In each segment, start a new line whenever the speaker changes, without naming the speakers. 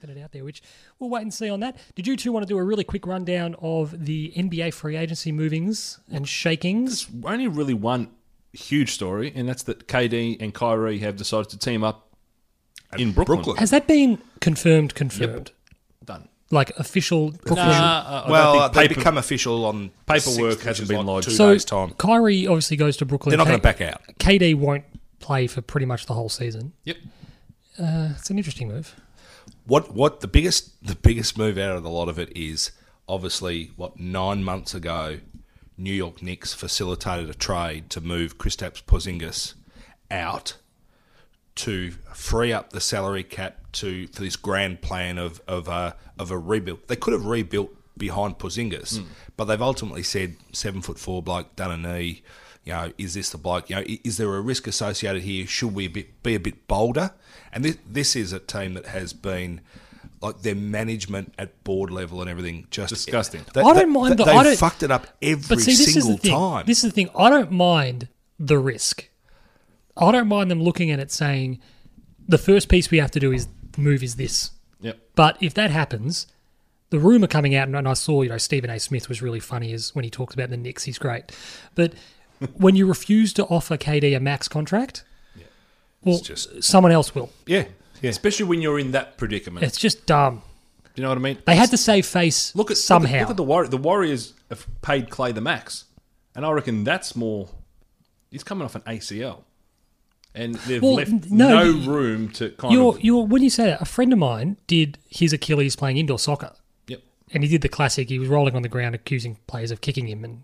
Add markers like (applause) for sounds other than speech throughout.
put it out there, which we'll wait and see on that. Did you two want to do a really quick rundown of the NBA free agency movings and shakings?
Only really one huge story, and that's that KD and Kyrie have decided to team up in Brooklyn.
Brooklyn.
Has that been confirmed? Confirmed,
Done.
like official.
Nah, I- I
well,
don't
uh,
think
they
paper-
become official on the
Paperwork
6th, which
hasn't
is
been lodged.
Two
So-
days time.
Kyrie obviously goes to Brooklyn.
They're not going to
K-
back out.
KD won't play for pretty much the whole season.
Yep.
Uh, It's an interesting move.
What what the biggest the biggest move out of the lot of it is obviously what nine months ago, New York Knicks facilitated a trade to move Kristaps Porzingis out to free up the salary cap to for this grand plan of of a of a rebuild. They could have rebuilt behind Porzingis, but they've ultimately said seven foot four bloke done a knee. You know, is this the bloke? You know, i- is there a risk associated here? Should we a bit, be a bit bolder? And this this is a team that has been. Like their management at board level and everything, just
Disgusting.
They,
I don't
they-
mind the-
They
I don't-
fucked it up every
But see, this is
single
the thing.
time.
This is the thing. I don't mind the risk. I don't mind them looking at it saying, the first piece we have to do is move is this.
Yep.
But if that happens, the rumor coming out, and I saw, you know, Stephen A. Smith was really funny as when he talks about the Knicks, he's great.
(laughs)
But when you refuse to offer KD a max contract, well,
just-
someone else will.
yeah, yeah.
Especially when you're in that predicament.
It's just dumb.
Do you know what I mean?
They had to save face
look at
somehow.
Look at, look at the Warriors. The Warriors have paid Clay the max, and I reckon that's more. He's coming off an ACL, and they've
Well,
left
no,
no,
you-
room to kind
you're,
of.
you're, when you say that, a friend of mine did his Achilles playing indoor soccer.
Yep.
and he did the classic. He was rolling on the ground, accusing players of kicking him, and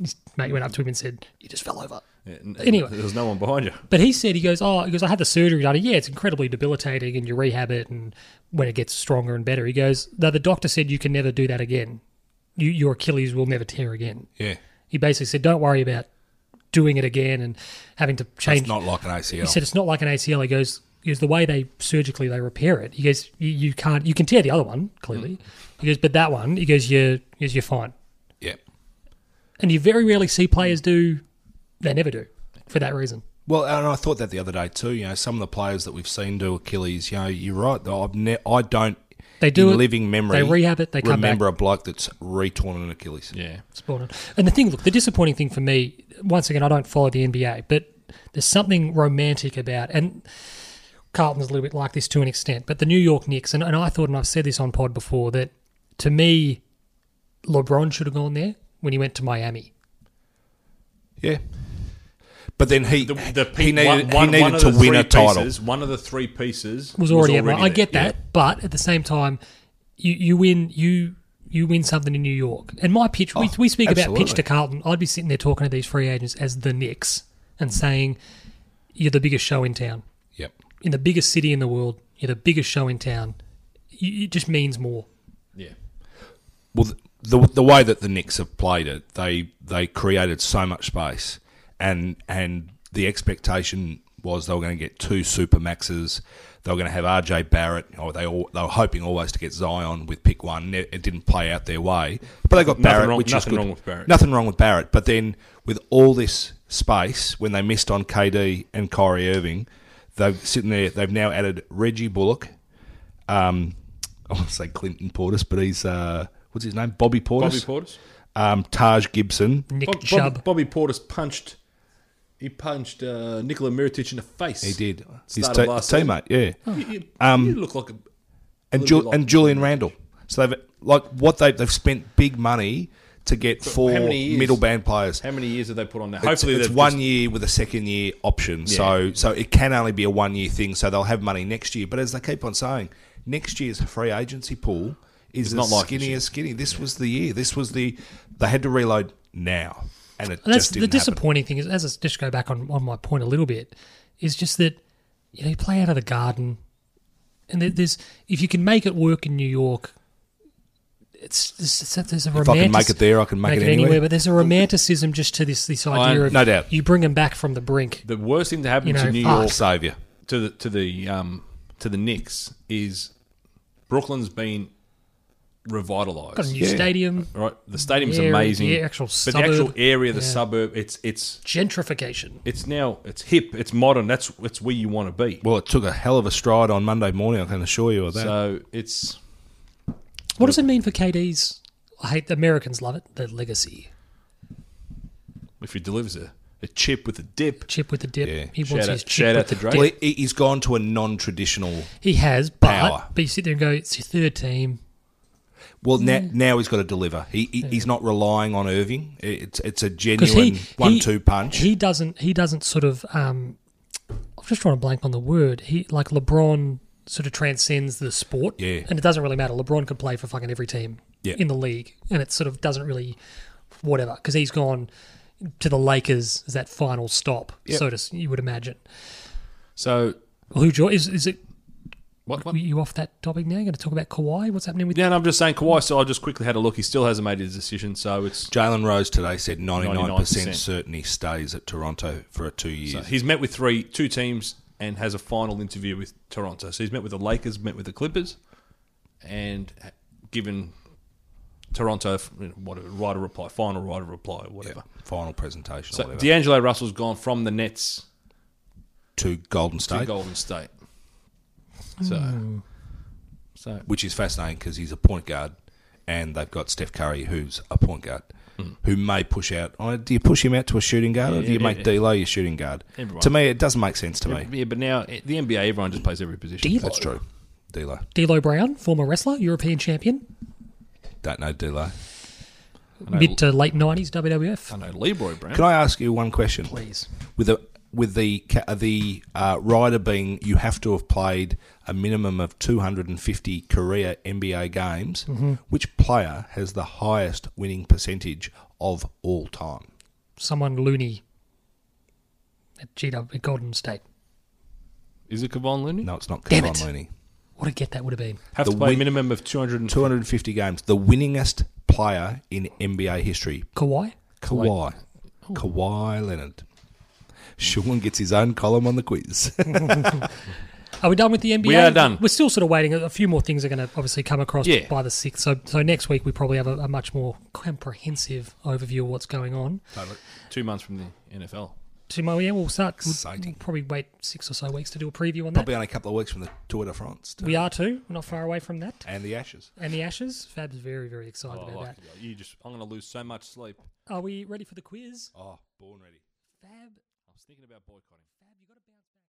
his mate went up to him and said, "You just fell over."
And-
Anyway.
there's no one behind you.
But he said, "He goes, oh, he goes, I had the surgery done. Yeah, it's incredibly debilitating, and you rehab it, and when it gets stronger and better." He goes, "Though the doctor said you can never do that again. You, your Achilles will never tear again."
yeah.
He basically said, "Don't worry about doing it again and having to change."
It's not like an ACL.
He said it's not like an ACL. He goes, he goes the way they surgically they repair it. He goes, you, you can't, you can tear the other one
Mm.
clearly. He goes, but that one, he goes, you're, he goes, you're fine.
yeah.
And you very rarely see
Mm.
players do, they never do, for that reason.
Well, and I thought that the other day too. You know, some of the players that we've seen do Achilles. You know, you're right. though, I've ne- I don't.
They do
in
it,
living memory.
they rehab it, they come back.
remember a bloke that's retorn an Achilles.
Yeah.
Sporting. And the thing, look, the disappointing thing for me, once again, I don't follow the NBA, but there's something romantic about, and Carlton's a little bit like this to an extent, but the New York Knicks, and, and I thought, and I've said this on pod before, that to me, LeBron should have gone there when he went to Miami.
Yeah. But then he
The, the pe-
he needed,
one-
he
one-
needed
one of
to
the
win
three
a title.
Pieces, one of the three pieces
was already, at my, I
there.
get that, but at the same time, you, you win you you win something in New York. And my pitch, we, we speak about pitch
absolutely.
to Carlton. I'd be sitting there talking to these free agents as the Knicks and saying, "You're the biggest show in town
Yep.
in the biggest city in the world. You're the biggest show in town. You, it just means more."
Yeah.
Well, th- the the way that the Knicks have played it, they they created so much space, and and the expectation was they were going to get two super maxes. They were going to have RJ Barrett, or they all, they were hoping always to get Zion with pick one. It it didn't play out their way, but they got
Nothing
Barrett,
wrong-
which
nothing
is good.
wrong with Barrett.
Nothing wrong with Barrett, but then with all this space, when they missed on KD and Kyrie Irving, they've sitting there. They've now added Reggie Bullock, um, (laughs) I want to say Clinton Portis, but he's uh, what's his name? Bobby Portis.
Bobby Portis.
Um, Taj Gibson.
Nick
Bob,
Chubb.
Bobby, Bobby Portis punched. He punched uh, Nikola Mirotic in the face.
He did. His
Started
te-
last
teammate, Oh. yeah.
You, you- you look like a
And
little
Ju-
bit like-
and Julian Randall. So they've like what they they've spent big money to get four
many years?
middle band players.
How many years have they put on that?
It's-
Hopefully,
it's,
they've
one
just-
year with a second year option. So so it can only be a one year thing. So they'll have money next year. But as they keep on saying, next year's free agency pool is as
not like this
skinny
year.
as skinny. This was the year. This was the they had to reload now, and it
And that's
just
the
didn't happen.
disappointing thing is, as I just go back on, on my point a little bit, is just that you know you play out of the garden, and there- there's if you can make it work in New York, it's, it's, it's- there's a
If I
romantic.
can make it there, I can make, it, anywhere.
but there's a romanticism just to this this idea of
no doubt.
you bring them back from the brink.
The worst thing to happen
You know,
to New
fuck.
York
Saviour.
to the to the um, to the Knicks is Brooklyn's been
Got a
revitalised.
new
Yeah.
stadium.
Right, the stadium's
The area-
amazing.
the actual
but
suburb,
the actual area, the
yeah.
suburb, it's it's
Gentrification.
it's now it's hip, it's modern. That's it's where you want to be.
Well, it took a hell of a stride on Monday morning. I can assure you of that.
So it's
What does it mean for KD's? I hate Americans love it. The legacy
if he delivers a, a chip with a dip,
chip with the dip.
Yeah.
He
Shout
wants
out-
his
shout
chip
out
with
to
the
Drake.
dip.
well, he, he's gone to a non-traditional.
He has, but
Power.
but you sit there and go, it's your third team.
Well, now,
Mm.
now he's got to deliver. He, he he's not relying on Irving. It's it's a
Because
genuine
he he-
one-two punch.
He doesn't. He doesn't sort of. Um, I'm just trying to blank on the word. He like LeBron sort of transcends the sport.
Yeah.
and it doesn't really matter. LeBron can play for fucking every team
Yeah.
in the league, and it sort of doesn't really whatever because he's gone to the Lakers as that final stop. So to, s- you would imagine.
so
Who jo- is is it?
what? what?
Were you off that topic now? Going to talk about Kawhi? What's happening with?
Yeah, and I'm just saying, Kawhi. So I just quickly had a look. He still hasn't made his decision. So it's
Jalen Rose today said 99%,
99%.
certain he stays at Toronto for a two
So
years.
he's met with three two teams and has a final interview with Toronto. So he's met with the Lakers, met with the Clippers, and ha- given Toronto you know, whatever right of reply, final right of reply,
Yeah,
whatever.
final presentation or
So
whatever,
D'Angelo Russell's gone from the Nets
to Golden
to
State,
Golden State. So, so
which is fascinating because he's a point guard and they've got Steph Curry, who's a point guard, who may push out. oh, do you push him out to a shooting guard or do you
Hmm. yeah,
make
yeah.
D'Lo your shooting guard?
Everyone.
To me, it doesn't make sense to me.
yeah, but now eh, the NBA, everyone just plays every position.
D'Lo.
That's true. D'Lo.
D'Lo Brown, former wrestler, European champion,
Don't know D'Lo.
I know,
mid to late '90s
I
WWF.
know Leroy Brown.
Can I ask you one question?
Please.
With the with the ca- the uh, rider being, you have to have played a minimum of 250 career NBA games.
Mm-hmm.
Which player has the highest winning percentage of all time?
someone loony at GW at Golden State.
Is it Kevon Looney?
No, it's not
Damn
Kevon
it.
Looney.
What a get that would have been.
Have to
The
play a
win-
minimum of 200 and
250 games, the winningest player in NBA history,
Kawhi?
Kawhi, Kawhi Leonard. Sean gets his own column on
(laughs)
the quiz.
Are we done with the NBA?
We are done.
We're still sort of waiting. A few more things are going to obviously come across
Yeah.
by the 6th. So, so next week we probably have a, a much more comprehensive overview of what's going on.
two months from the NFL.
Tomorrow, yeah, we'll start. we'll-
Exciting.
We'll probably wait six or so weeks to do a preview on that.
Probably only a couple of weeks from the Tour de France too.
We are too. We're not far away from that.
and the Ashes.
And the Ashes. Fab's very, very excited
Oh,
about that.
you just, I'm going to lose so much sleep.
Are we ready for the quiz?
Oh, born ready.
Fab.
I was thinking about boycotting.